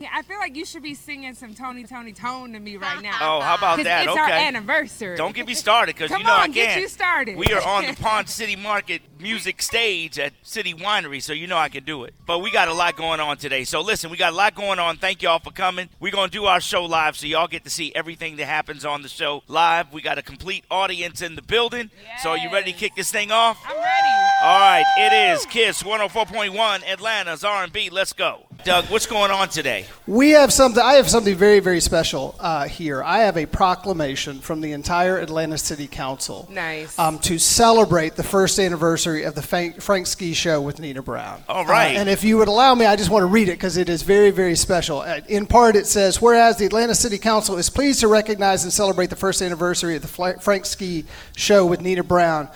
Yeah, I feel like you should be singing some Tony Tony Tone to me right now. Oh, how about 'Cause that? It's okay. our anniversary. Don't get me started because you Come know I on, can't. get you started. We are on the Pond City Market music stage at City Winery, so you know I can do it. But we got a lot going on today. So listen, we got a lot going on. Thank y'all for coming. We're going to do our show live, so y'all get to see everything that happens on the show live. We got a complete audience in the building. So are you ready to kick this thing off? I'm ready. All right, it is Kiss 104.1 Atlanta's R&B. Let's go. Doug, what's going on today? We have something. I have something very, very special uh, here. I have a proclamation from the entire Atlanta City Council Nice. um, to celebrate the first anniversary of the Frank, Frank Ski Show with Nina Brown. All right. Uh, and if you would allow me, I just want to read it because it is very, very special. Uh, In part, it says, "Whereas the Atlanta City Council is pleased to recognize and celebrate the first anniversary of the Fla- Frank Ski Show with Nina Brown."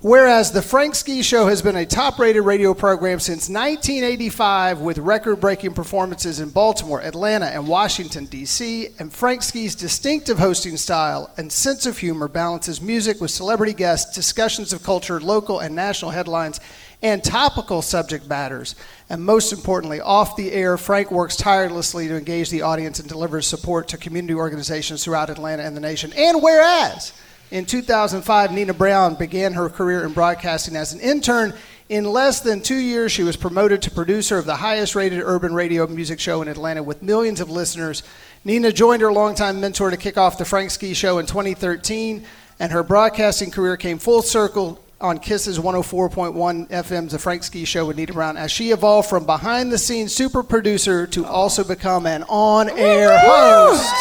Whereas the Frank Ski Show has been a top rated radio program since 1985 with record breaking performances in Baltimore, Atlanta, and Washington, D.C., and Frank Ski's distinctive hosting style and sense of humor balances music with celebrity guests, discussions of culture, local and national headlines, and topical subject matters. And most importantly, off the air, Frank works tirelessly to engage the audience and delivers support to community organizations throughout Atlanta and the nation. And whereas, in 2005, Nina Brown began her career in broadcasting as an intern. In less than two years, she was promoted to producer of the highest rated urban radio music show in Atlanta with millions of listeners. Nina joined her longtime mentor to kick off the Frank Ski Show in 2013, and her broadcasting career came full circle on Kisses 104.1 FM's The Frank Ski Show with Nita Brown as she evolved from behind the scenes super producer to also become an on air host.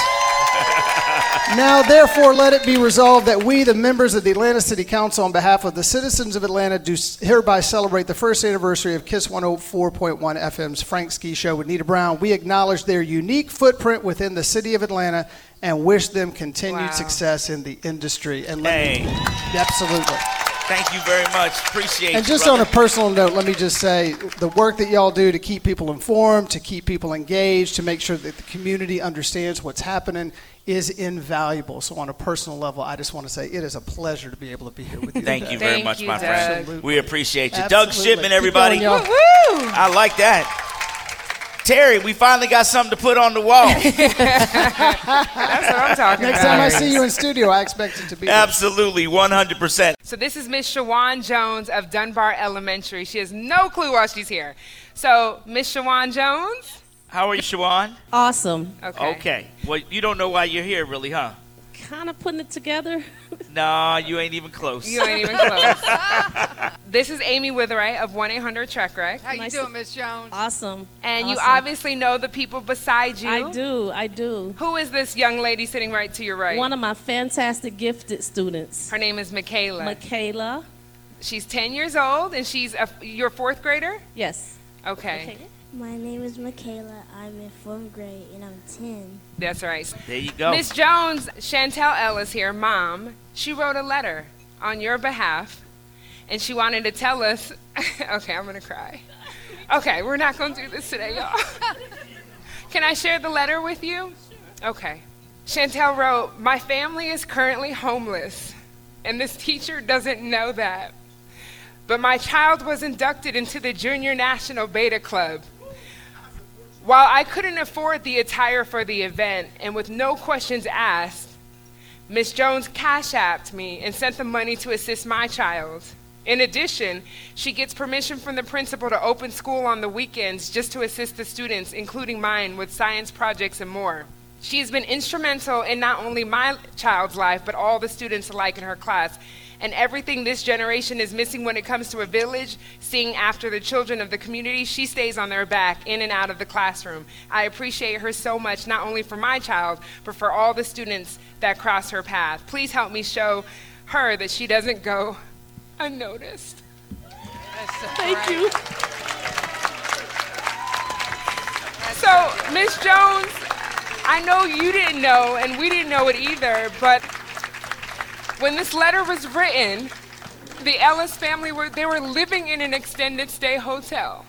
Now, therefore, let it be resolved that we, the members of the Atlanta City Council, on behalf of the citizens of Atlanta, do hereby celebrate the first anniversary of Kiss 104.1 FM's Frank Ski Show with Nita Brown. We acknowledge their unique footprint within the city of Atlanta and wish them continued Wow. success in the industry. And let me- Hey, absolutely. thank you very much. Appreciate And you, just brother. on a personal note, let me just say the work that y'all do to keep people informed, to keep people engaged, to make sure that the community understands what's happening is invaluable. So, on a personal level, I just want to say it is a pleasure to be able to be here with you. Thank today. you very Thank much, you, my Doug. friend. We appreciate you. Doug Absolutely. Shipman, Keep everybody. going, y'all. Woo! I like that. Terry, we finally got something to put on the wall. That's what I'm talking Next about. time I see you in studio, I expect it to be. there. Absolutely, 100%. So this is Miss Shawan Jones of Dunbar Elementary. She has no clue why she's here. So Miss Shawan Jones. How are you, Shawan? Awesome. Okay. Okay. Well, you don't know why you're here, really, huh? Kind of putting it together. Nah, you ain't even close. You ain't even close. this is Amy Witheray of 1-800-TREK-WRECK. How you Nice to- doing, Miss Jones? Awesome. And you Awesome. obviously know the people beside you. I do. I do. Who is this young lady sitting right to your right? One of my fantastic gifted students, Her name is Michaela. Michaela. she's 10 years old and she's a, your fourth grader? Yes. Okay. Michaela. My name is Michaela. I'm in fourth grade and I'm 10. That's right. There you go. Miss Jones, Chantel Ellis here, mom. She wrote a letter on your behalf, and she wanted to tell us. okay, I'm gonna cry. Okay, we're not gonna do this today, y'all. Can I share the letter with you? Okay. Chantel wrote, My family is currently homeless, and this teacher doesn't know that. But my child was inducted into the Junior National Beta Club. While I couldn't afford the attire for the event, and with no questions asked, Miss Jones cash apped me and sent the money to assist my child. In addition, she gets permission from the principal to open school on the weekends just to assist the students, including mine, with science projects and more. She has been instrumental in not only my child's life, but all the students alike in her class. And everything this generation is missing when it comes to a village, seeing after the children of the community, she stays on their back in and out of the classroom. I appreciate her so much, not only for my child, but for all the students that cross her path. Please help me show her that she doesn't go unnoticed. Thank you. So, Miss Jones, I know you didn't know, and we didn't know it either, but when this letter was written, the Ellis family were they were living in an extended stay hotel.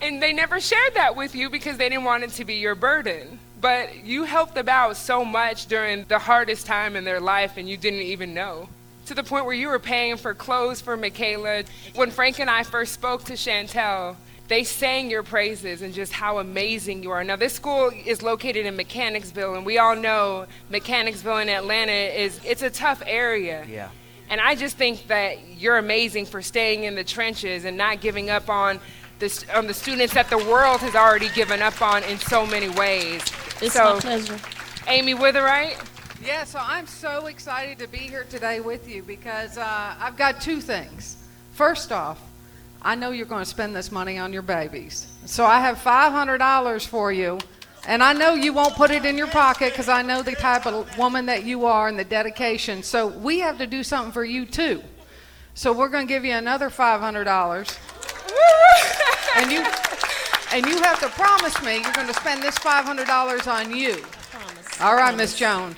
And they never shared that with you because they didn't want it to be your burden. But you helped them out so much during the hardest time in their life and you didn't even know. To the point where you were paying for clothes for Michaela. When Frank and I first spoke to Chantel, They sang your praises and just how amazing you are. Now, this school is located in Mechanicsville, and we all know Mechanicsville in Atlanta is it's a tough area. Yeah. And I just think that you're amazing for staying in the trenches and not giving up on the, st- on the students that the world has already given up on in so many ways. It's so, my pleasure. Amy Witherite, Yeah, so I'm so excited to be here today with you because uh, I've got two things. First off, I know you're going to spend this money on your babies. So I have $500 for you, and I know you won't put it in your pocket because I know the type of woman that you are and the dedication. So we have to do something for you too. So we're going to give you another $500. and you and you have to promise me you're going to spend this $500 on you. Promise. All right, Miss Jones.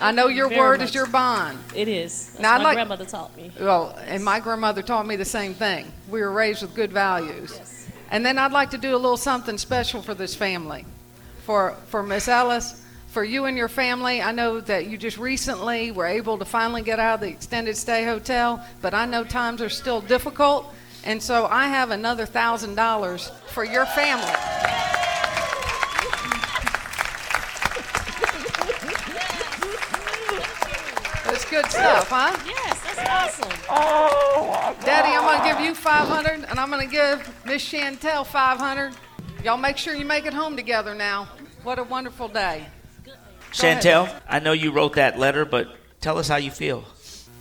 I know your Very word much. is your bond. It is. That's Now, I'd my like- grandmother taught me. Well, and my grandmother taught me the same thing. We were raised with good values. Yes. And then I'd like to do a little something special for this family, for for Miss Ellis, for you and your family. I know that you just recently were able to finally get out of the extended stay hotel, but I know times are still difficult, and so I have another thousand dollars for your family. That's good stuff, huh? Yes, that's awesome. Oh. Daddy, I'm gonna give you 500, and I'm gonna give Miss Chantel 500. Y'all make sure you make it home together now. What a wonderful day. Chantel, I know you wrote that letter, but tell us how you feel.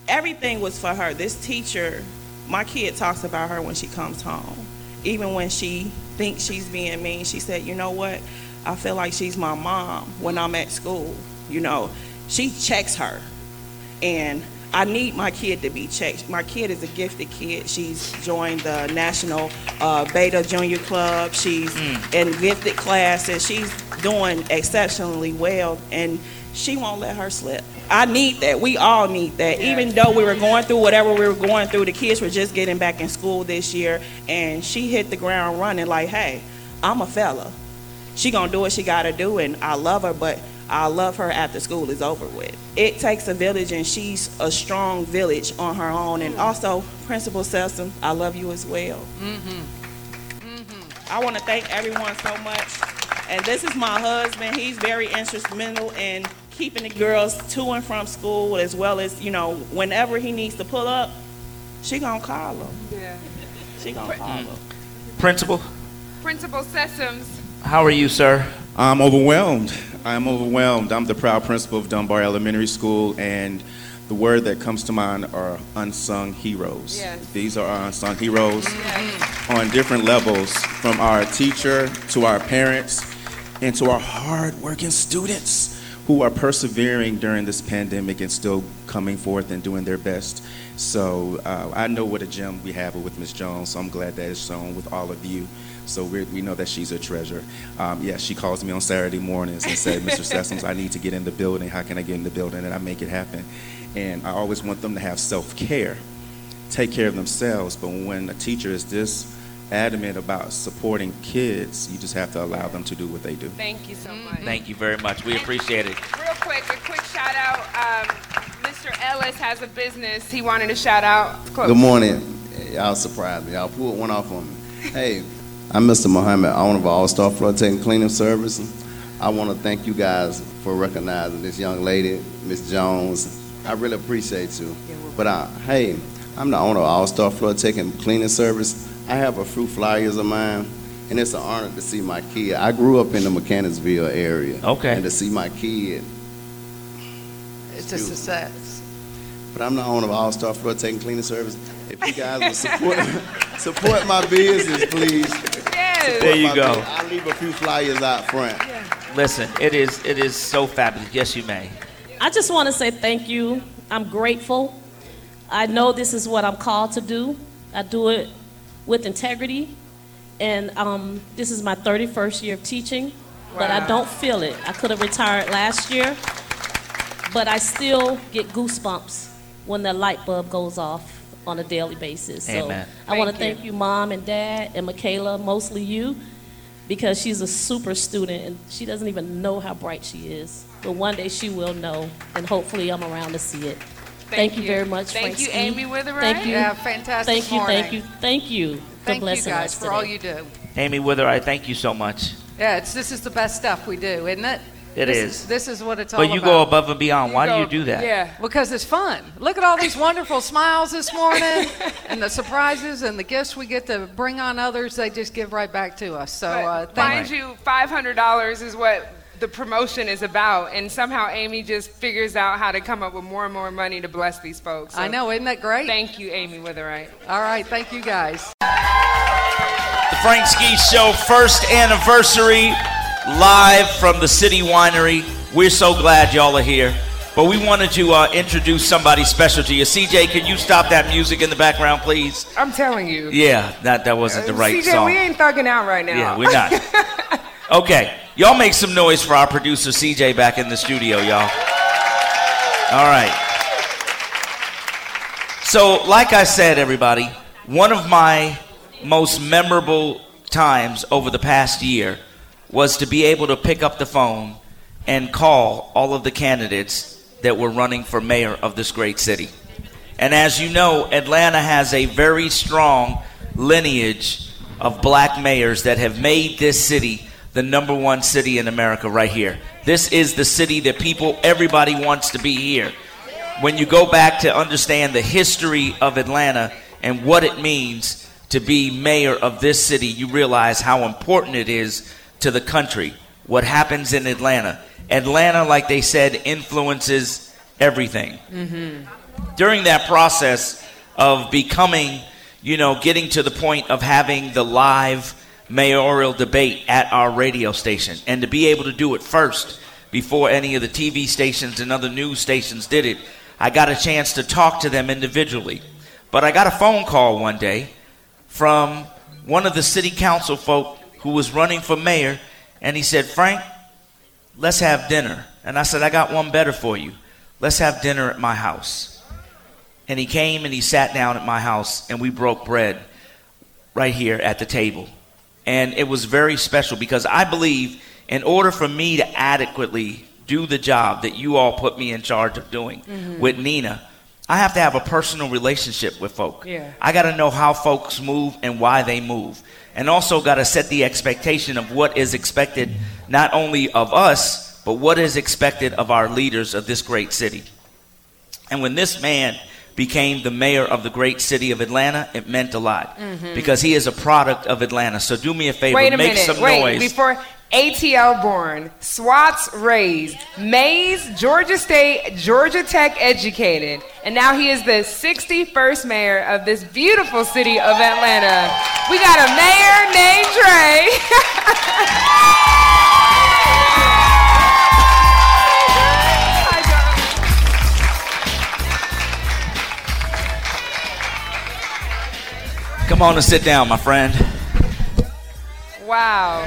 everything was for her. This teacher, my kid talks about her when she comes home. Even when she thinks she's being mean, she said, You know what? I feel like she's my mom when I'm at school. You know, she checks her. And I need my kid to be checked. My kid is a gifted kid. She's joined the National uh, Beta Junior Club. She's in gifted classes. She's doing exceptionally well, and she won't let her slip. I need that. We all need that. Even though we were going through whatever we were going through, the kids were just getting back in school this year, and she hit the ground running like, hey, I'm a fella. She gonna do what she gotta do, and I love her, but I love her after school is over with. It takes a village, and she's a strong village on her own. And also, Principal Selson, I love you as well. Mm-hmm. Mm-hmm. I want to thank everyone so much. And this is my husband. He's very instrumental in keeping the girls to and from school, as well as you know, whenever he needs to pull up, she gonna call him. Yeah. She gonna call him. Principal, Principal Sessoms, how are you, sir? I'm overwhelmed. I'm overwhelmed. I'm the proud principal of Dunbar Elementary School, and the word that comes to mind are unsung heroes. Yes. These are our unsung heroes on different levels, from our teacher to our parents and to our hardworking students who are persevering during this pandemic and still coming forth and doing their best. So uh, I know what a gem we have with Ms. Jones, so I'm glad that it's shown with all of you. So we we know that she's a treasure. Um, yeah, she calls me on Saturday mornings and said, Mr. Sessoms, I need to get in the building. How can I get in the building? And I make it happen. And I always want them to have self care, take care of themselves. But when a teacher is this adamant about supporting kids, you just have to allow them to do what they do. thank you Mm-hmm. so much. Thank you very much. We appreciate it. Real quick, a quick shout out. Um, Mr. Ellis has a business he wanted to shout out. Close. Good morning. Y'all surprised me. Y'all pulled one off on me. Hey, I'm Mr. Muhammad, owner of All Star Floor Tech and Cleaning Service. I want to thank you guys for recognizing this young lady, Miss Jones. I really appreciate you. But I, hey, I'm the owner of All Star Floor Tech and Cleaning Service. I have a few flyers of mine, and it's an honor to see my kid. I grew up in the Mechanicsville area, Okay. and to see my kid It's a success. but I'm the owner of All Star Floor Taking Cleaning Service. If you guys would support support my business, please. Yes. There you My go. business. I'll leave a few flyers out front. Listen, it is it is so fabulous. Yes, you may. I just want to say thank you. I'm grateful. I know this is what I'm called to do. I do it with integrity. And um, this is my 31st year of teaching, but I don't feel it. I could have retired last year, but I still get goosebumps when the light bulb goes off on a daily basis. Amen. So I want to Thank you. thank you, Mom and Dad, and Michaela, mostly you, because she's a super student and she doesn't even know how bright she is. But one day she will know, and hopefully I'm around to see it. Thank, you. very much, Thank you, Frankie. Amy Witherite. Thank you. Yeah, fantastic Thank you, morning. thank you, thank you for Thank you blessing guys us for all today. you do. Amy Wither, I thank you so much. Yeah, it's, this is the best stuff we do, isn't it? It this is. This is what it's all But you about. go above and beyond. Why go- do you do that? Yeah. Because it's fun. Look at all these wonderful smiles this morning and the surprises and the gifts we get to bring on others. They just give right back to us. So But uh, mind thank you, five hundred dollars is what the promotion is about, and somehow Amy just figures out how to come up with more and more money to bless these folks. So I know, isn't that great? Thank you, Amy Witherite. all right, thank you guys. The Frank Ski Show first anniversary live from the City Winery. We're so glad y'all are here. But we wanted to uh, introduce somebody special to you. CJ, can you stop that music in the background, please? I'm telling you. Yeah, that, that wasn't the right CJ, song. Uh, we ain't thugging out right now. Yeah, we're not. okay, y'all make some noise for our producer CJ back in the studio, y'all. All right. So, like I said, everybody, one of my most memorable times over the past year was to be able to pick up the phone and call all of the candidates that were running for mayor of this great city. And as you know, Atlanta has a very strong lineage of black mayors that have made this city the number one city in America right here. This is the city that people, everybody wants to be here. When you go back to understand the history of Atlanta and what it means to be mayor of this city, you realize how important it is to the country. What happens in Atlanta? Atlanta, like they said, influences everything during that process of becoming, you know, getting to the point of having the live mayoral debate at our radio station and to be able to do it first before any of the TV stations and other news stations did it, I got a chance to talk to them individually. But I got a phone call one day from one of the city council folk who was running for mayor and he said, "Frank, let's have dinner." And I said, "I got one better for you. Let's have dinner at my house." And he came and he sat down at my house and we broke bread right here at the table. And it was very special because I believe in order for me to adequately do the job that you all put me in charge of doing with Nina, I have to have a personal relationship with folk. Yeah. I got to know how folks move and why they move. And also got to set the expectation of what is expected not only of us, but what is expected of our leaders of this great city. And when this man became the mayor of the great city of Atlanta, it meant a lot because he is a product of Atlanta. So do me a favor, Mm-hmm. Wait a make minute. some Wait, noise. before ATL born, Swats raised, Mays, Georgia State, Georgia Tech educated, and now he is the 61st mayor of this beautiful city of Atlanta. We got a mayor named Dre. Come on and sit down, my friend. Wow.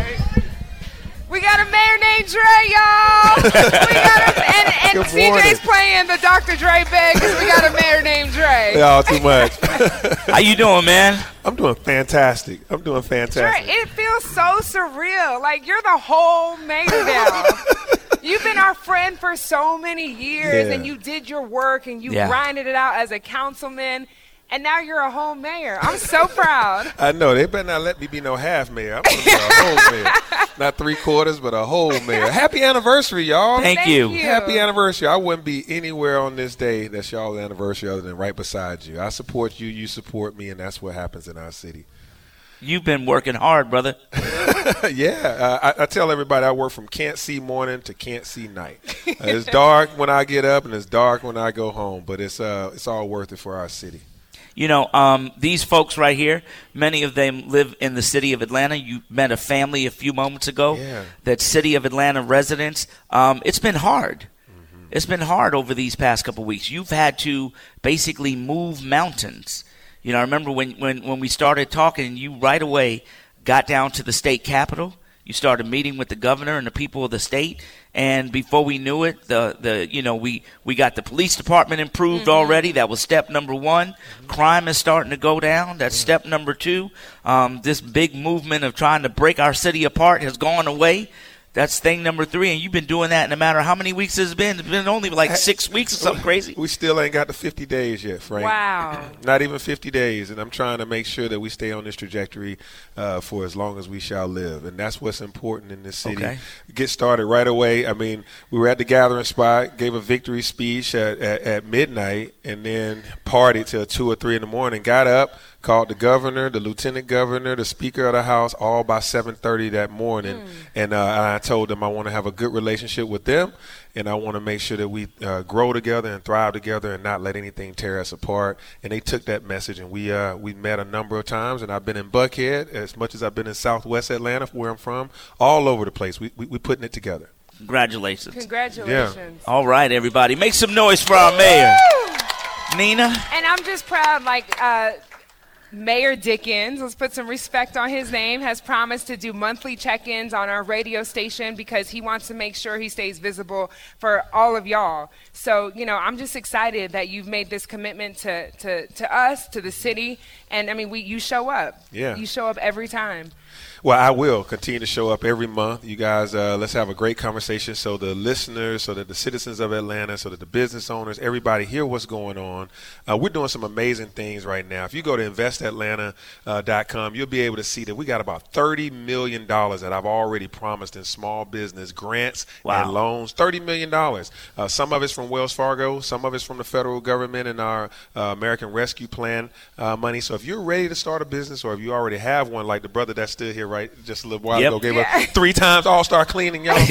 We got a mayor named Dre, y'all. We got a, and and Good CJ's morning. playing the Dr. Dre bag 'cause we got a mayor named Dre. Y'all too much. How you doing, man? I'm doing fantastic. I'm doing Dre, fantastic. it feels so surreal. Like you're the whole mayor now. You've been our friend for so many years, Yeah. and you did your work, and you Yeah. grinded it out as a councilman, and now you're a whole mayor. I'm so proud. I know they better not let me be no half mayor. I'm gonna be a whole mayor, not three quarters, but a whole mayor. Happy anniversary, y'all! Thank, Thank you. you. Happy anniversary. I wouldn't be anywhere on this day that's y'all's anniversary other than right beside you. I support you, you support me, and that's what happens in our city. You've been working hard, brother. yeah, uh, I, I tell everybody I work from can't see morning to can't see night. Uh, it's dark when I get up and it's dark when I go home, but it's uh, it's all worth it for our city. You know, um, these folks right here, many of them live in the city of Atlanta. You met a family a few moments ago Yeah. that city of Atlanta residents. Um, it's been hard. It's been hard over these past couple weeks. You've had to basically move mountains. You know, I remember when, when, when we started talking, you right away got down to the state capitol. You started meeting with the governor and the people of the state, and before we knew it, the, the you know we, we got the police department improved already. That was step number one. Crime is starting to go down. That's step number two. Um, this big movement of trying to break our city apart has gone away. That's thing number three, and you've been doing that no matter how many weeks it's been. It's been only like six weeks or something crazy. We still ain't got the 50 days yet, Frank. Wow. Not even 50 days, and I'm trying to make sure that we stay on this trajectory uh, for as long as we shall live, and that's what's important in this city. Okay. Get started right away. I mean, we were at the gathering spot, gave a victory speech at, at, at midnight, and then partied till two or three in the morning. Got up, called the governor, the lieutenant governor, the speaker of the house, all by 7:30 that morning, and uh, and I told them I want to have a good relationship with them, and I want to make sure that we uh, grow together and thrive together, and not let anything tear us apart. And they took that message, and we uh, we met a number of times, and I've been in Buckhead as much as I've been in Southwest Atlanta, where I'm from, all over the place. We we, we putting it together. Congratulations. Congratulations. All right, everybody, make some noise for our mayor, Nina. And I'm just proud, like, uh, Mayor Dickens, let's put some respect on his name, has promised to do monthly check ins on our radio station because he wants to make sure he stays visible for all of y'all. So, you know, I'm just excited that you've made this commitment to, to, to us, to the city. And I mean, we, you show up. Yeah. You show up every time. Well, I will continue to show up every month. You guys, uh, let's have a great conversation so the listeners, so that the citizens of Atlanta, so that the business owners, everybody hear what's going on. Uh, we're doing some amazing things right now. If you go to investatlanta.com, you'll be able to see that we got about $30 million that I've already promised in small business grants Wow. and loans. $30 million. Uh, some of it's from Wells Fargo, some of it's from the federal government and our uh, American Rescue Plan uh, money. So if you're ready to start a business or if you already have one, like the brother that's still here, right, just a little while Yep. ago, gave us three times All Star Cleaning, y'all. Um,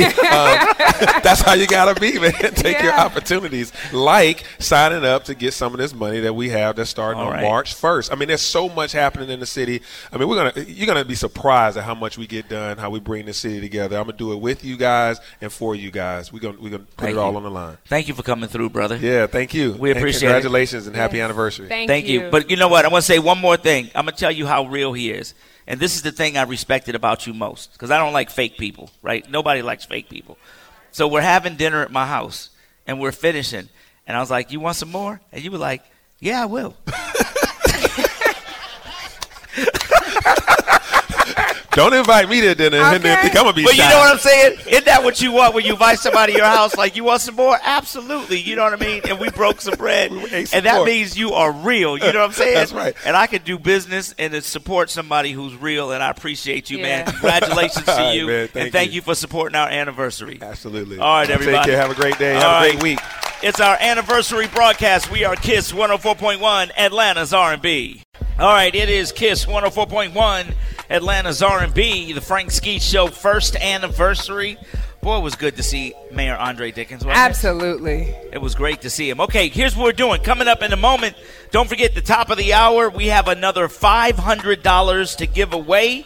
that's how you got to be, man. Take your Yeah. opportunities, like signing up to get some of this money that we have that's starting All on right. March 1st. I mean, there's so much happening in the city. I mean, we're gonna you're gonna be surprised at how much we get done, how we bring the city together. I'm gonna do it with you guys and for you guys. We're gonna we're gonna put Thank it all you. on the line. Thank you for coming through, brother. Yeah, thank you. We And appreciate it. Congratulations and happy anniversary. Thank, Thank you. But you know what? I want to say one more thing. I'm going to tell you how real he is. And this is the thing I respected about you most because I don't like fake people, right? Nobody likes fake people. So we're having dinner at my house and we're finishing. And I was like, You want some more? And you were like, Yeah, I will. Don't invite me to dinner and then Okay. think I'm gonna be. But you shy. know what I'm saying? Isn't that what you want when you invite somebody to your house? Like, you want some more? Absolutely. You know what I mean? And we broke some bread. We ate some and that pork. means you are real. You know what I'm saying? That's right. And I can do business and to support somebody who's real. And I appreciate you, man. Yeah. Congratulations All to right, you. man. and Thank thank you. you. for supporting our anniversary. Absolutely. All right, Take everybody. care. Have a great day. All have a right. great week. It's our anniversary broadcast. We are Kiss 104.1 Atlanta's R&B. All right, it is Kiss 104.1 Atlanta's R&B, the Frank Ski Show first anniversary. Boy, it was good to see Mayor Andre Dickens. wasn't it? Absolutely. It was great to see him. Okay, here's what we're doing. Coming up in a moment, don't forget the top of the hour, we have another $500 to give away.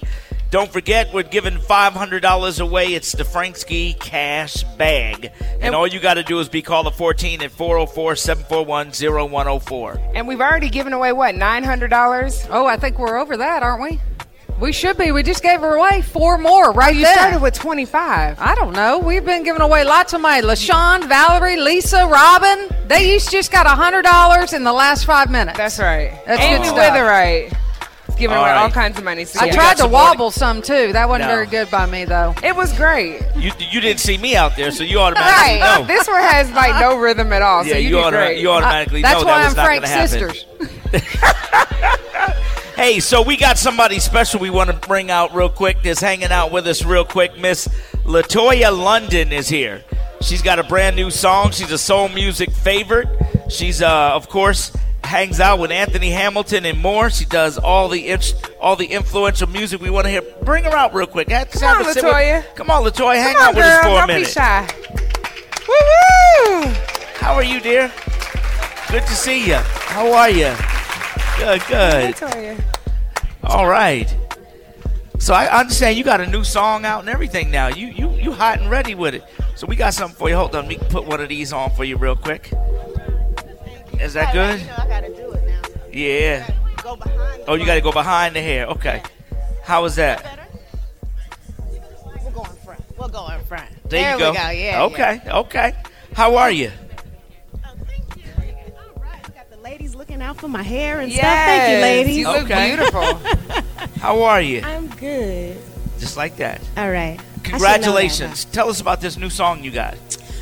Don't forget, we're giving $500 away. It's the Franksky Cash Bag. And, all you got to do is be caller 14 at 404 741 0104. And we've already given away, what, $900? Oh, I think we're over that, aren't we? We should be. We just gave away four more right You there. started with 25. I don't know. We've been giving away lots of money. LaShawn, Valerie, Lisa, Robin. They each just got $100 in the last five minutes. That's right. That's Amy good stuff. Witherite is giving All away all right. kinds of money. So I yeah. tried to some wobble some too. That wasn't No. very good by me though. It was great. You, you didn't see me out there, so you automatically Right. know. This one has like no rhythm at all. yeah, so you, you, did auto- great. Uh, you automatically That's know why that was I'm not Frank's gonna happen. sisters. Hey, so we got somebody special we want to bring out real quick. That's hanging out with us real quick. Miss Latoya London is here. She's got a brand new song. She's a soul music favorite. She's, uh, of course, hangs out with Anthony Hamilton and more. She does all the in- all the influential music we want to hear. Bring her out real quick. Have- Come have on, a sit with- Latoya. Come on, Latoya. Hang Come on, out with girl, us for a don't minute. be shy. Woo woo! How are you, dear? Good to see you. How are you? Good, good. Latoya. All right. So I understand you got a new song out and everything now. You you you hot and ready with it. So we got something for you. Hold on, we can put one of these on for you real quick. Is that good? I gotta do it now. Yeah. Go behind. Oh, you got to go behind the hair. Okay. How is that? Better. We'll go in front. We'll go in front. There, you we go. go. Yeah. Okay. Okay. How are you? Oh, thank you. All right. We got the ladies looking out for my hair and stuff. Thank you, Yes, ladies. You look Okay. beautiful. How are you? I'm good. Just like that. All right. Congratulations. Tell us about this new song you got.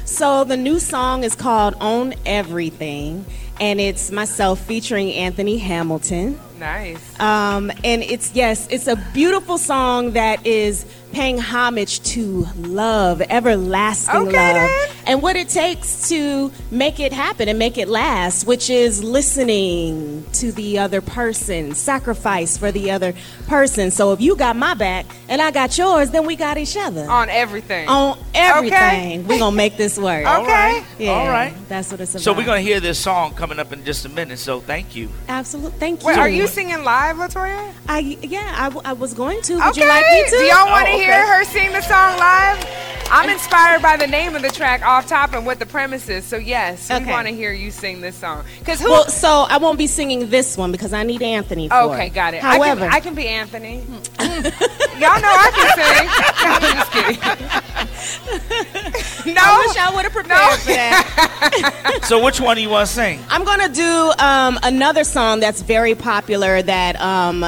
So the new song is called Own Everything, and it's myself featuring Anthony Hamilton. Nice. Um, and it's, yes, it's a beautiful song that is paying homage to love, everlasting love, and what it takes to make it happen and make it last, which is listening to the other person, sacrifice for the other person. So if you got my back and I got yours, then we got each other. On everything. On everything. We're going to make this work. Okay. All right. Yeah, All right. That's what it's about. So we're going to hear this song coming up in just a minute. So thank you. Absolutely. Thank you. Wait, are you singing live, Latoya? I yeah, I, w- I was going to. Would you like me to? Do y'all want to Oh, okay. hear her sing the song live? I'm inspired by the name of the track off top and what the premise is. So yes, we Okay. want to hear you sing this song. Because who? Well, so I won't be singing this one because I need Anthony for okay, it. got it. However, I can, I can be Anthony. y'all know I can sing. I'm just kidding. no, I wish I would have prepared for that. so which one do you want to sing? I'm gonna do um, another song that's very popular that um,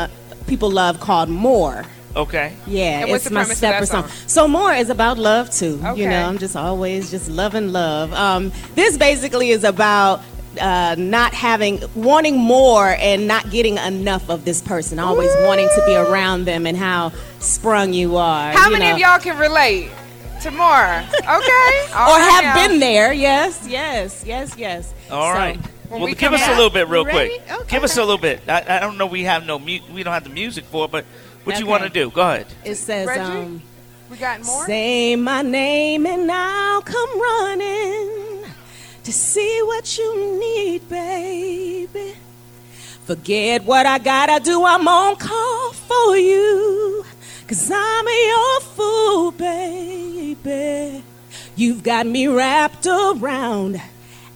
people love called "More." Okay. Yeah, And what's it's the my premise of that separate song. song? So more is about love too. Okay. You know, I'm just always just loving love. Um, this basically is about uh, not having, wanting more, and not getting enough of this person. Always wanting to be around them, and how sprung you are. How Uh, you many know. of y'all can relate to more? Okay. All Or right, have y'all. been there? Yes, yes, yes, yes. All So- right. When Well, we give come us a back- little bit real You quick. ready? Okay. Give us a little bit. I, I don't know. We have no mu- We don't have the music for, it, but what you Okay. want to do? Go ahead. It says, Reggie? um, We got more. say my name and I'll come running to see what you need, baby. Forget what I gotta do, I'm on call for you. Cause I'm your fool, baby. You've got me wrapped around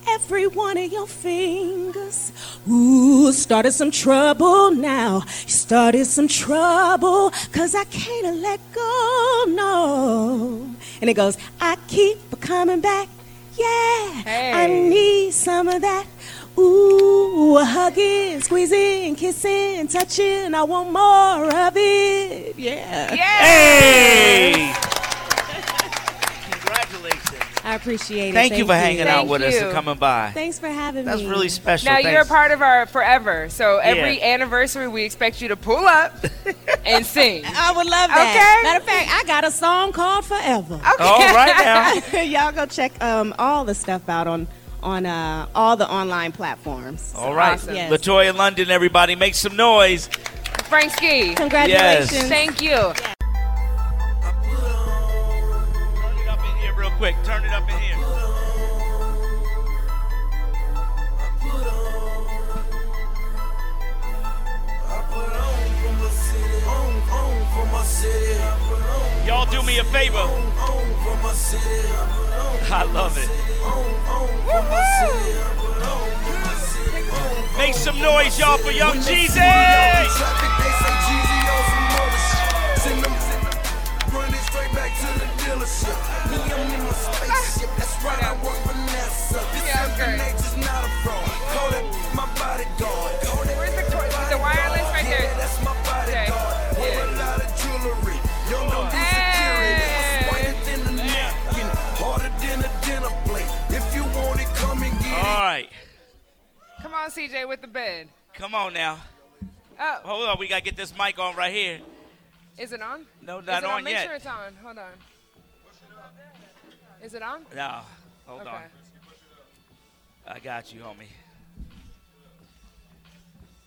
every one of your fingers. Ooh, started some trouble now. You started some trouble, cause I can't let go, no. And it goes, I keep coming back. Yeah, I Hey. need some of that. Ooh, hugging, squeezing, kissing, touching. I want more of it. Yeah. Hey! Congratulations. I appreciate it. Thank, you for hanging out Thank with us and you. coming by. Thanks for having That's me. really special. Now you're a Thanks. part of our forever. So every Yeah. anniversary, we expect you to pull up and sing. I would love that. Okay. Matter of fact, I got a song called Forever. Okay. All right Y'all go check um, all the stuff out on on uh, all the online platforms. now. All right. Awesome. Yes. Latoya London, everybody, make some noise. Frank Ski. Congratulations. Thank you. Turn it up in here real quick. Turn it up in here. Y'all do me a favor. I love it. Make some noise, y'all, for Young Jesus. Where's the, cord- with the wireless right there? Okay. Hey. All right. Come on, CJ, with the bed. Come on now. Oh, Hold on. We got to get this mic on right here. is it on? No, Is not it on? on Make sure yet. it's on. Hold on. Is it on? No. Hold Okay. on. I got you, homie.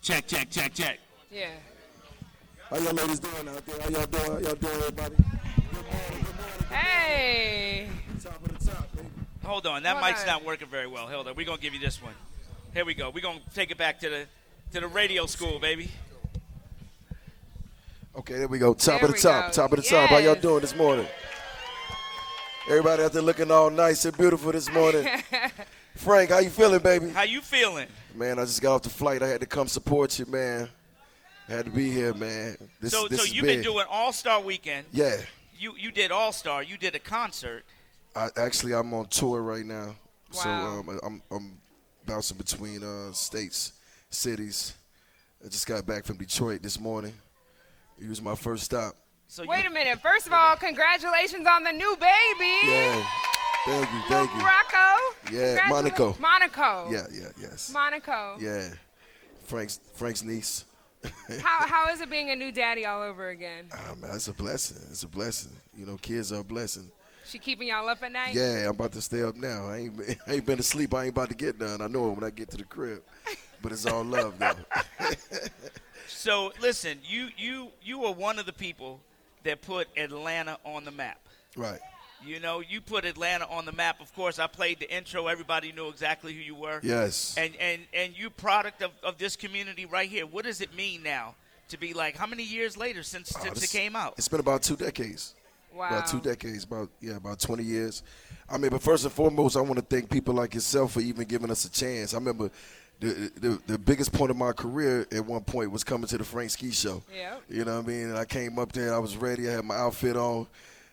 Check, check, check, check. Yeah. How y'all ladies doing out there? How y'all doing? How y'all doing, everybody? Hey. Top of the top, baby. Hold on, that Hold mic's on. not working very well. Hold on, we're gonna give you this one. Here we go. We're gonna take it back to the to the radio school, baby. Okay, there we go. Top There of we the top. go. Top of the top. How y'all Yes. doing this morning? Everybody out there looking all nice and beautiful this morning. Frank, how you feeling, baby? How you feeling? Man, I just got off the flight. I had to come support you, man. had to be here, man. This, so this so is you've big. been doing All Star Weekend. Yeah, You you did All Star. You did a concert. I, actually, I'm on tour right now. So Wow. um, I'm, I'm bouncing between uh, states, cities. I just got back from Detroit this morning. It was my first stop. So you- Wait a minute. First of all, congratulations on the new baby. Yeah. Thank you, thank you. Morocco. Yeah, Congratu- Monaco. Monaco. Yeah, yeah, yes. Monaco. Yeah. Frank's Frank's niece. How, how is it being a new daddy all over again? Oh, man, it's a blessing. It's a blessing. You know, kids are a blessing. She keeping y'all up at night? Yeah, I'm about to stay up now. I ain't, I ain't been asleep. I ain't about to get done. I know it when I get to the crib. But it's all love, though. So listen, you you you are one of the people that put Atlanta on the map. right. You know, you put Atlanta on the map. Of course, I played the intro. Everybody knew exactly who you were. Yes. And and and you product of, of this community right here. What does it mean now to be like? How many years later since Oh, since this- it came out? It's been about two decades. Wow. About two decades, about yeah, about twenty years. I mean, but first and foremost, I want to thank people like yourself for even giving us a chance. I remember the the, the biggest point of my career at one point was coming to the Frank Ski Show. Yep. You know what I mean? And I came up there, I was ready, I had my outfit on,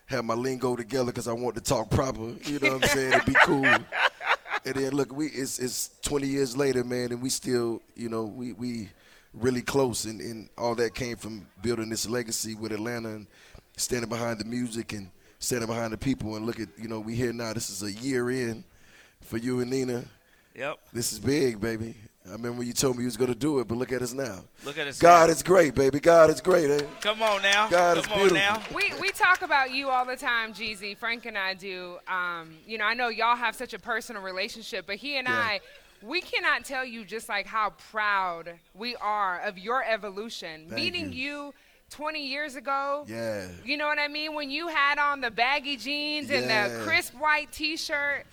had my lingo together because I wanted to talk proper. You know what I'm saying? It'd be cool. And then look, we it's it's 20 years later, man, and we still, you know, we we really close, and and all that came from building this legacy with Atlanta and standing behind the music and standing behind the people. And look at, you know, we here now. This is a year in for you and Nina. Yep. This is big, baby. I remember you told me you was gonna do it, but look at us now. Look at us God now. is great, baby. God is great. Eh? Come on now. God Come is on beautiful. now. we, we talk about you all the time, Jeezy. Frank and I do. Um, you know, I know y'all have such a personal relationship, but he and Yeah. I, we cannot tell you just like how proud we are of your evolution. Thank Meeting you. 20 years ago. Yeah. You know what I mean? When you had on the baggy jeans and Yeah. the crisp white t shirt,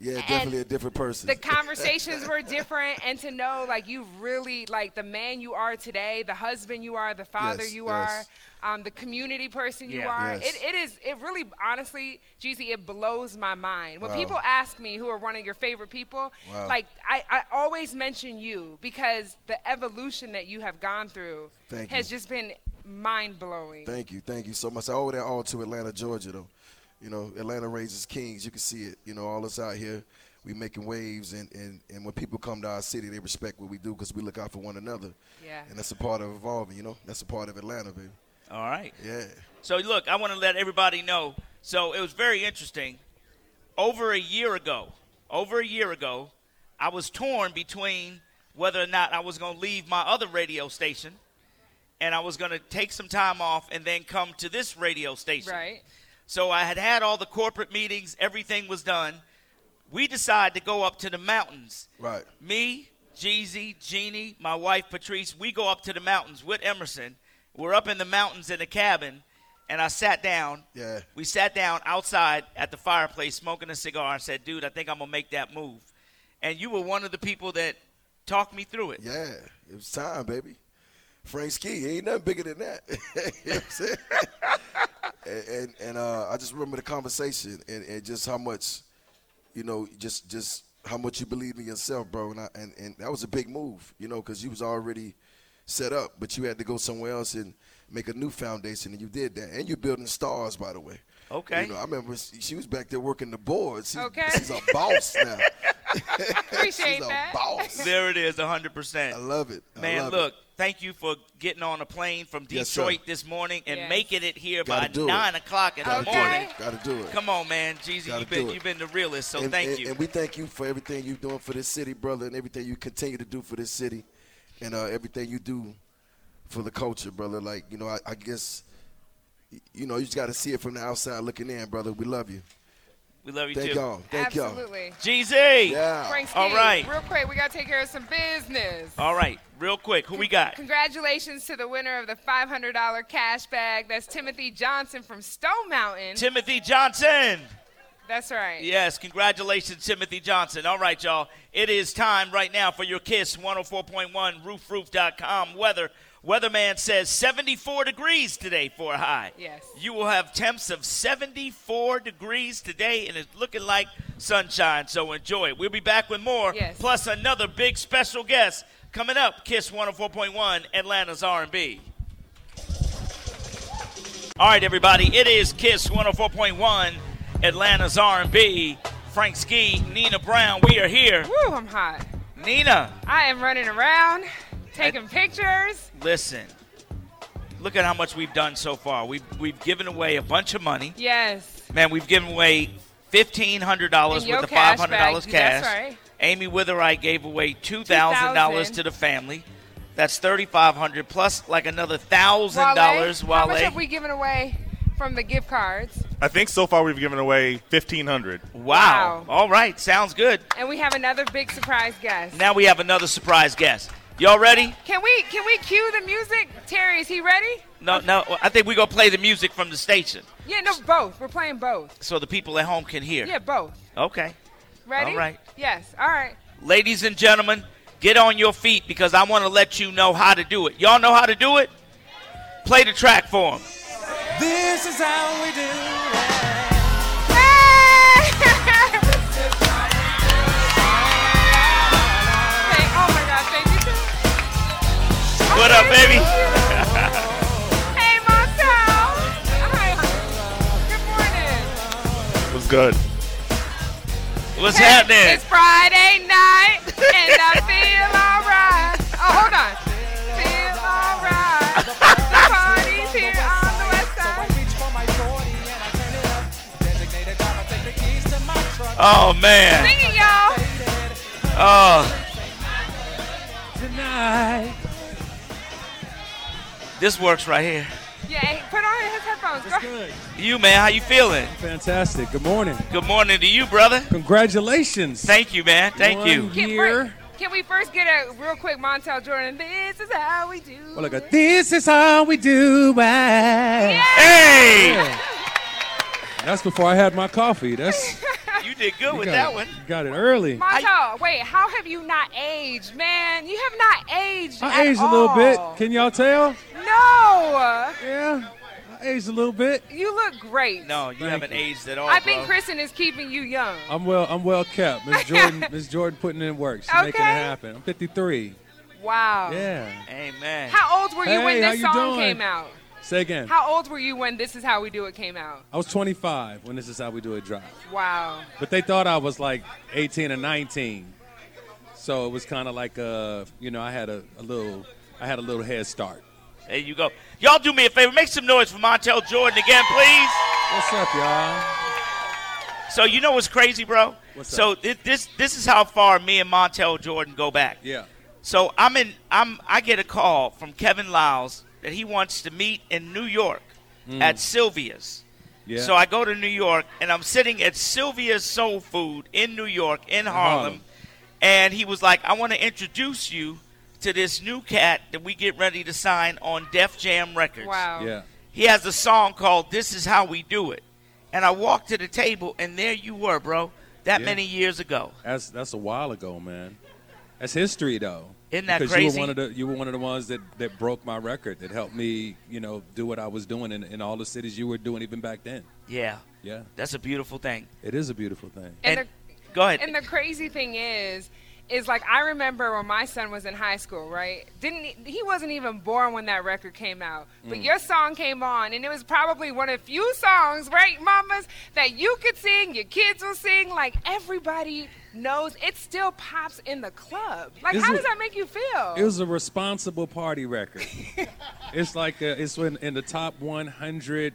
Yeah, And definitely a different person. the conversations were different and to know like you really like the man you are today the husband you are the father Yes, you yes. are um, the community person you Yeah. are Yes. it, it is it really honestly Jeezy it blows my mind when Wow. people ask me who are one of your favorite people Wow. like I, I always mention you because the evolution that you have gone through Thank has you. just been mind-blowing Thank you, thank you so much. I owe that all to Atlanta, Georgia, though. You know, Atlanta raises kings. You can see it. You know, all us out here, we making waves, and and and when people come to our city, they respect what we do because we look out for one another. Yeah. And that's a part of evolving. You know, that's a part of Atlanta, baby. All right. Yeah. So look, I want to let everybody know. So it was very interesting. Over a year ago, over a year ago, I was torn between whether or not I was going to leave my other radio station and I was going to take some time off and then come to this radio station. Right. So I had had all the corporate meetings, everything was done. We decided to go up to the mountains. Right. Me, Jeezy, Jeannie, my wife Patrice, we go up to the mountains with Emerson. We're up in the mountains in a cabin, and I sat down. Yeah. We sat down outside at the fireplace smoking a cigar and said, dude, I think I'm going to make that move. And you were one of the people that talked me through it. Yeah. It was time, baby. Frank Ski ain't nothing bigger than that. you know what I'm saying? and and, and uh, I just remember the conversation and, and just how much, you know, just just how much you believe in yourself, bro. And I, and, and that was a big move, you know, because you was already set up, but you had to go somewhere else and make a new foundation, and you did that. And you're building stars, by the way. Okay. You know, I remember she she was back there working the boards. She, Okay. She's a boss now. appreciate She's a that boss. There it is, 100%. I love it. I Man, love it. look, thank you for getting on a plane from Yes, sir. Detroit this morning and Yes. making it here by Gotta do it. 9 o'clock in Gotta the do it. morning. Gotta do it. Come on, man. Jeezy, Gotta you've been, do it. you've been the realest, so and, thank and- you. And we thank you for everything you're doing for this city, brother, and everything you continue to do for this city, and uh, everything you do for the culture, brother. Like you know, I, I guess y- you know you just got to see it from the outside looking in, brother. We love you. we love you thank too. y'all. Thank y'all. absolutely Jeezy. Yeah. Frank Ski, All right. real quick we gotta take care of some business All right. Real quick, who we got? Congratulations to the winner of the $500 cash bag. That's Timothy Johnson from Stone Mountain. Timothy Johnson. That's right. Yes, congratulations, Timothy Johnson. All right, y'all. It is time right now for your Kiss 104.1 roofroof.com weather. Weatherman says 74 degrees today for a high. Yes. You will have temps of 74 degrees today, and it's looking like sunshine, so enjoy it. We'll be back with more, Yes. plus another big special guest coming up, Kiss 104.1, Atlanta's R&B. All right, everybody, it is Kiss 104.1, Atlanta's R&B. Frank Ski, Nina Brown, we are here. Woo, I'm hot. Nina, I am running around, taking pictures. listen, Look at how much we've done so far. We've we've given away a bunch of money. Yes. Man, we've given away fifteen hundred dollars And with your the cash five back, hundred dollars cash. that's right. Amy Witherite gave away two thousand dollars $2,000. to the family. That's thirty five hundred plus like another thousand Wale, dollars. How much have we given away from the gift cards? I think so far we've given away fifteen hundred. Wow. All right, sounds good. And we have another big surprise guest. Now we have another surprise guest. Y'all ready? Can we can we cue the music? Terry, is he ready? No, no. I think we're gonna play the music from the station Yeah, no, both. We're playing both. so the people at home can hear. Yeah, both. Okay. Ready? All right. Yes. All right. Ladies and gentlemen, get on your feet because I want to let you know how to do it. Y'all know how to do it? Play the track for them. This is how we do it. Thank- oh my God! Thank you. Terry. What up, baby? Hey, Montel. Hi. Good morning. What's good? What's Hey, happening? It's Friday night and I feel alright. Oh, hold on. Feel alright. The party's here on the west side. Oh, man. Sing it, y'all. Oh, Tonight. this works right here. Yeah, hey, put on his headphones. Go. Good. You, man, how you feeling? Fantastic. Good morning. Good morning to you, brother. Congratulations. Thank you, man. Thank One you. Year. Can we first get a real quick Montel Jordan? This is how we do. Well, look, this is how we do it. Hey! That's before I had my coffee. That's You did good you with got that it- one. You got it early. Montel, wait, how have you not aged, man? You have not aged. at I aged a little bit. all. Can y'all tell? No. Yeah. I aged a little bit. You look great. No, you haven't aged at all. I think bro. Kristen is keeping you young. I'm well. I'm well kept. Miss Jordan. Miss Jordan putting in work. She's making it Okay. happen. I'm 53. Wow. Yeah. Amen. How old were you when Hey, this how you song doing? came out? Say again. How old were you when This Is How We Do It came out? I was 25 when this is how we do it drop. Wow. But they thought I was like 18 or 19. So it was kind of like uh, you know, I had a, a little I had a little head start. There you go. Y'all do me a favor. Make some noise for Montel Jordan again, please. What's up, y'all? So you know what's crazy, bro? What's so thi- this this is how far me and Montel Jordan go back. Yeah. So I'm in. I'm. I get a call from Kevin Lyles that he wants to meet in New York at Sylvia's. Mm. Yeah. So I go to New York and I'm sitting at Sylvia's Soul Food in New York in Harlem, Harlem. and he was like, "I want to introduce you to this new cat that we get ready to sign on Def Jam Records." Wow. Yeah. He has a song called "This Is How We Do It," and I walked to the table and there you were, bro. That Yeah. many years ago. That's that's a while ago, man. That's history though. Isn't that because You crazy? were one of the you were one of the ones that, that broke my record that helped me, you know, do what I was doing in, in all the cities you were doing even back then. Yeah. Yeah. That's a beautiful thing. It is a beautiful thing. And, the, go ahead. And the crazy thing is, is like I remember when my son was in high school, right? Didn't e, he, he wasn't even born when that record came out, but Mm. your song came on, and it was probably one of the few songs, right, mamas, that you could sing, your kids will sing, like everybody knows. It still pops in the club. Like, This how is- does that make you feel? It was a responsible party record. it's like uh it's in, in the top 100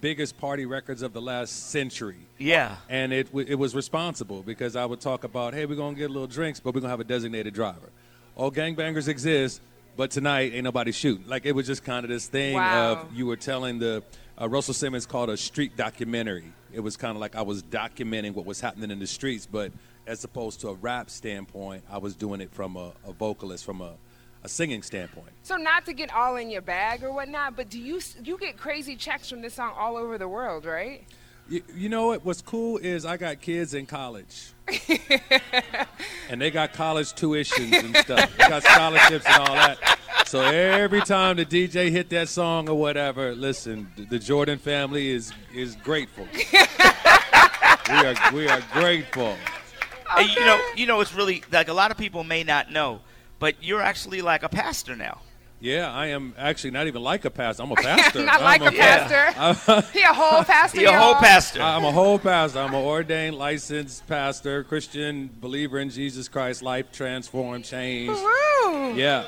biggest party records of the last century. Yeah. And it w- it was responsible because I would talk about, hey, we're gonna get a little drinks, but we're gonna have a designated driver. All gangbangers exist, but tonight ain't nobody shooting. Like it was just kind of this thing Wow. of you were telling the uh, Russell Simmons called a street documentary. It was kind of like I was documenting what was happening in the streets, but as opposed to a rap standpoint, I was doing it from a, a vocalist, from a, a singing standpoint. So not to get all in your bag or whatnot, but do you you get crazy checks from this song all over the world, right? You, you know what? What's cool is I got kids in college, and they got college tuitions and stuff. They got scholarships and all that. So every time the DJ hit that song or whatever, listen, th- the Jordan family is is grateful. we are we are grateful. And you know, you know, it's really like a lot of people may not know, but you're actually like a pastor now. Yeah, I am actually not even like a pastor. I'm a pastor. Not I'm like a pastor. I'm- He a whole pastor. y'all. I'm a whole pastor. I'm an ordained, licensed pastor, Christian believer in Jesus Christ, life transformed, changed. Woo! Yeah,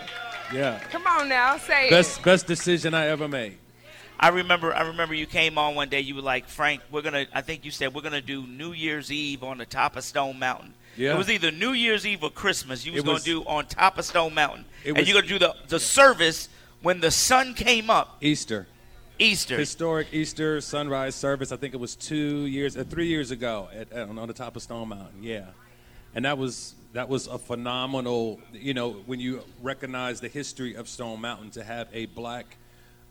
Yeah. Come on now, say Best best decision I ever made. I remember I remember you came on one day, you were like, Frank, we're gonna I think you said we're gonna do New Year's Eve on the top of Stone Mountain. Yeah. It was either New Year's Eve or Christmas. You was, It was- gonna do on top of Stone Mountain. It And was- you're gonna do the, the service when the sun came up, Easter. Easter. Historic Easter sunrise service. I think it was two years, uh, three years ago at, at- on the top of Stone Mountain. Yeah, and that was that was a phenomenal. You know, when you recognize the history of Stone Mountain, to have a black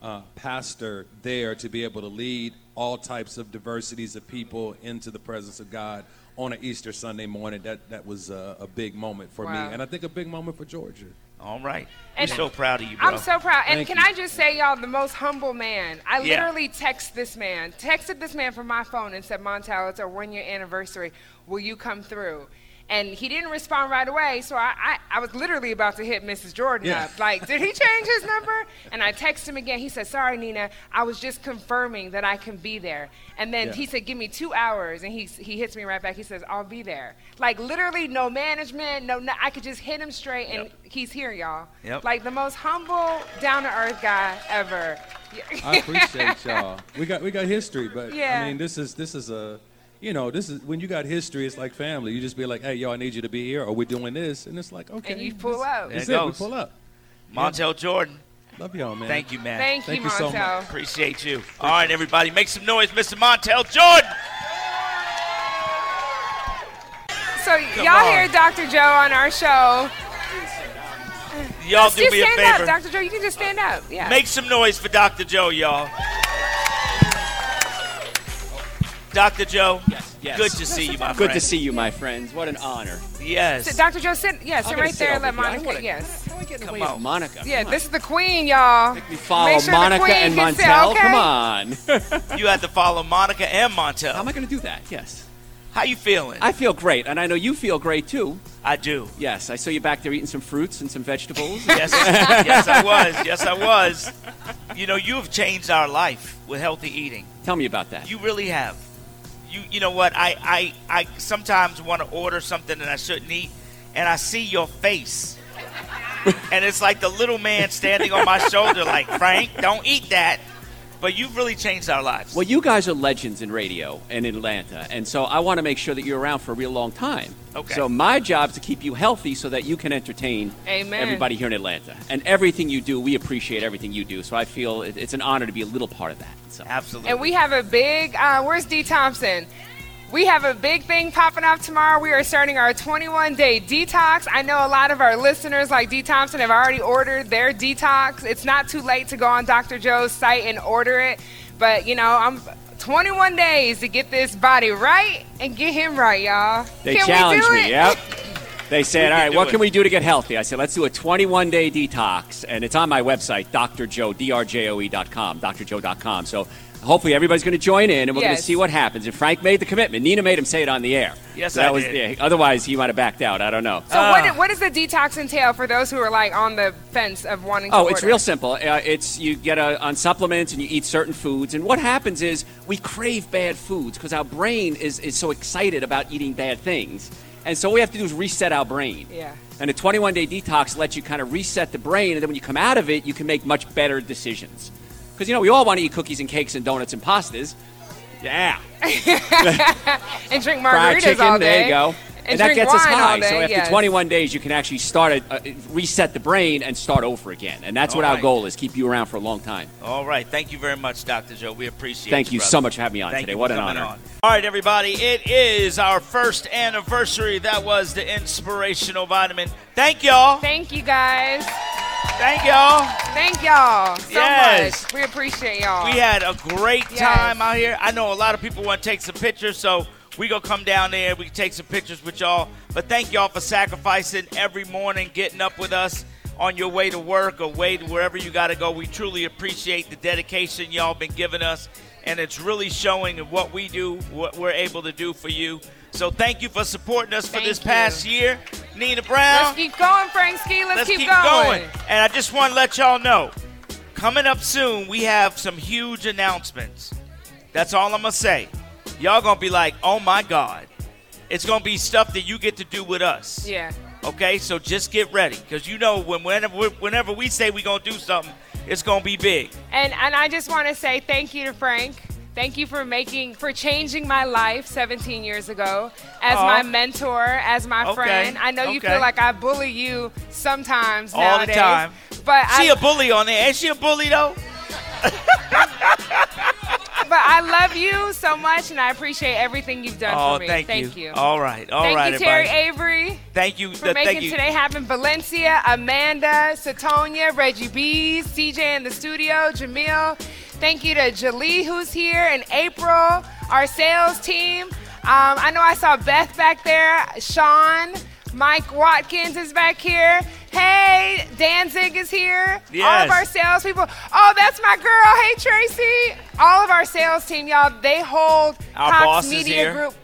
uh, pastor there to be able to lead all types of diversities of people into the presence of God on an Easter Sunday morning, that that was a, a big moment for Wow. me, and I think a big moment for Georgia. All right, And- we're so proud of you, bro. I'm so proud. And Thank can you. I just say, y'all, the most humble man. I Yeah. literally text this man, texted this man from my phone and said, Montel, it's our one year anniversary. Will you come through? And he didn't respond right away, so I, I, I was literally about to hit Mrs. Jordan Yeah. up. Like, did he change his number? And I text him again. He said, Sorry, Nina, I was just confirming that I can be there. And then Yeah. he said, Give me two hours. And he, he hits me right back. He says, I'll be there. Like, literally, no management, no, no I could just hit him straight, and he's here, y'all. Yep. Like the most humble, down to earth guy ever. Yeah. I appreciate y'all. We got we got history, but Yeah. I mean this is this is a you know, this is when you got history, it's like family. You just be like, hey, yo, I need you to be here, or we're doing this, and it's like, okay. and you pull up. That's There it it. We goes. pull up. Montel Jordan. Love y'all, man. Thank you, man. Thank you, so much. Montel. Appreciate you. All right, everybody, make some noise, Mr. Montel Jordan. So Come y'all on. hear Dr. Joe on our show. Y'all Just do me a stand favor. up, Dr. Joe. You can just stand up. Yeah. Make some noise for Dr. Joe, y'all. Dr. Joe, yes, Yes. good to see you, my Good friend. to see you, my friends. What an honor. Yes. Sit- Dr. Joe, sit. Yeah, I'm sit gonna right sit there. over Let here. I Monica. wanna- yes. Come on, Monica. Yeah, come this is the queen, y'all. on. Follow Make sure the Monica queen and can Montel. sit, okay? Come on. you have to follow Monica and Montel. How am I going to do that? Yes. How you feeling? I feel great, and I know you feel great too. I do. Yes, I saw you back there eating some fruits and some vegetables. yes, yes, I was. Yes, I was. You know, you have changed our life with healthy eating. Tell me about that. You really have. You you know what? I I, I sometimes want to order something that I shouldn't eat, and I see your face, and it's like the little man standing on my shoulder, like Frank, don't eat that. But you've really changed our lives. Well, you guys are legends in radio and in Atlanta, and so I want to make sure that you're around for a real long time. Okay. So my job's to keep you healthy so that you can entertain Amen. everybody here in Atlanta. And everything you do, we appreciate everything you do. So I feel it- it's an honor to be a little part of that. So. Absolutely. And we have a big, uh, where's D Thompson? We have a big thing popping off tomorrow. We are starting our 21 day detox. I know a lot of our listeners, like D Thompson, have already ordered their detox. It's not too late to go on Dr. Joe's site and order it. But, you know, I'm 21 days to get this body right and get him right, y'all. They Can challenged we do me. it? Yep. They said, We "All can right, do what it. can we do to get healthy?" I said, "Let's do a 21-day detox," and it's on my website, Dr. Joe, E drjoe.com, drjoe.com. So hopefully everybody's going to join in, and we're going to Yes. see what happens. And Frank made the commitment. Nina made him say it on the air. Yes, so that I was, did. Yeah, otherwise, he might have backed out. I don't know. So, what, what does the detox entail for those who are like on the fence of wanting to Oh, order? it's real simple. Uh, it's you get uh on supplements and you eat certain foods, and what happens is we crave bad foods because our brain is is so excited about eating bad things, and so what we have to do is reset our brain. Yeah. And a 21 day detox lets you kind of reset the brain, and then when you come out of it, you can make much better decisions. Because you know we all want to eat cookies and cakes and donuts and pastas. Yeah. and drink Fried margaritas chicken. all day. There you go. And, that drink gets us wine all high. so day, after yes. 21 days, you can actually start a, uh, reset the brain and start over again. And that's what All our right. goal is: keep you around for a long time. All right. Thank you very much, Dr. Joe. We appreciate Thank you you brother. so much for having me on Thank today. you What for an coming honor. on. All right, everybody. It is our first anniversary. That was the inspirational vitamin. Thank y'all. Thank you guys. Thank y'all. Thank y'all so Yes. much. We appreciate y'all. We had a great Yes. time out here. I know a lot of people want to take some pictures, so we gonna come down there. We can take some pictures with y'all. But thank y'all for sacrificing every morning, getting up with us on your way to work or way to wherever you gotta go. We truly appreciate the dedication y'all been giving us, and it's really showing in what we do, what we're able to do for you. So thank you for supporting us for this past year, Nina Brown. Let's keep going, Frank Ski. Let's, Let's keep, keep going. And I just want to let y'all know, coming up soon, we have some huge announcements. That's all I'm gonna say. Y'all gonna be like, oh my God. It's gonna be stuff that you get to do with us. Yeah. Okay, so just get ready because you know when whenever whenever we say we're gonna do something, it's gonna be big. And and I just want to say thank you to Frank. Thank you for making for changing my life 17 years ago as Aw. my mentor, as my Okay, friend. I know you okay. feel like I bully you sometimes All the nowadays. time. But She I, a bully on there. Ain't she a bully though? but I love you so much and I appreciate everything you've done oh, for me. thank, you. All right, all thank right, you, Terry everybody. Avery. Thank you for th- making thank you. today happen. Valencia, Amanda, Satonia, Reggie Bees, CJ in the studio, Jamil. Thank you to Jalee who's here, and April, our sales team. Um, I know I saw Beth back there, Sean, Mike Watkins is back here. Hey, Danzig is here. All of Yes. our salespeople. Oh, that's my girl. Hey, Tracy. All of our sales team, y'all, they hold Our Cox boss is Media here. Group.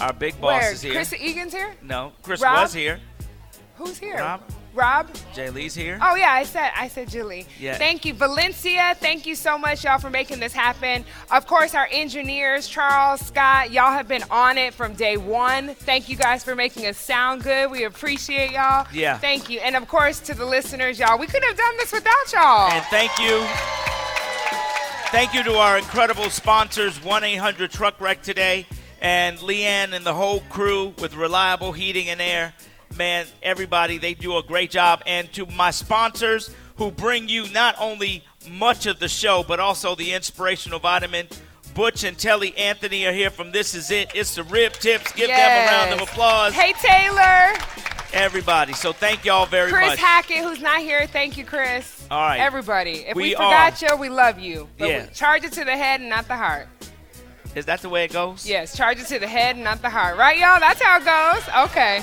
Our big boss Where? is here. Chris Egan's here? no, Chris Rob? was here. Who's here? Rob. Rob? Jay Lee's here. Oh yeah, I said I said Julie. Yeah. Thank you, Valencia. Thank you so much, y'all, for making this happen. Of course, our engineers, Charles, Scott, y'all have been on it from day one. Thank you guys for making us sound good. We appreciate y'all. Yeah. Thank you, and of course to the listeners, y'all. We couldn't have done this without y'all. And thank you. Thank you to our incredible sponsors, 1 800 Truck Wreck Today, and Leanne and the whole crew with Reliable Heating and Air. Man, everybody, they do a great job. And to my sponsors who bring you not only much of the show, but also the inspirational vitamin. Butch and Telly Anthony are here from This Is It. It's the Rib Tips. Give them a round of Yes. applause, Hey Taylor, everybody. So thank y'all very Chris much. Hackett, who's not here. Thank you, Chris. All right. Everybody, if we, We forgot you, we love you. But Yeah. we charge it to the head and not the heart. Is that the way it goes? Yes, charge it to the head and not the heart. Right, y'all? That's how it goes. Okay.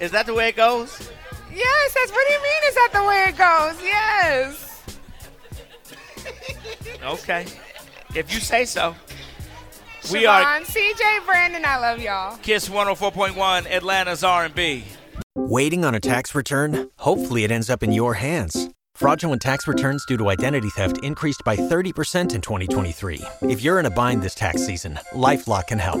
Is that the way it goes? Yes, that's what do you mean? Is that the way it goes? Yes. Okay. If you say so. We Siobhan, are CJ, Brandon, I love y'all. Kiss 104.1 Atlanta's R&B. Waiting on a tax return? Hopefully, it ends up in your hands. Fraudulent tax returns due to identity theft increased by 30% in 2023. If you're in a bind this tax season, LifeLock can help.